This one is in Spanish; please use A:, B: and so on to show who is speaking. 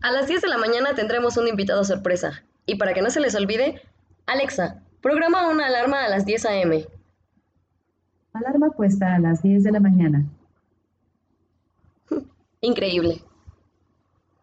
A: A las 10 de la mañana tendremos un invitado sorpresa. Y para que no se les olvide, Alexa, programa una alarma a las 10 a.m.
B: Alarma puesta a las 10 de la mañana.
A: Increíble.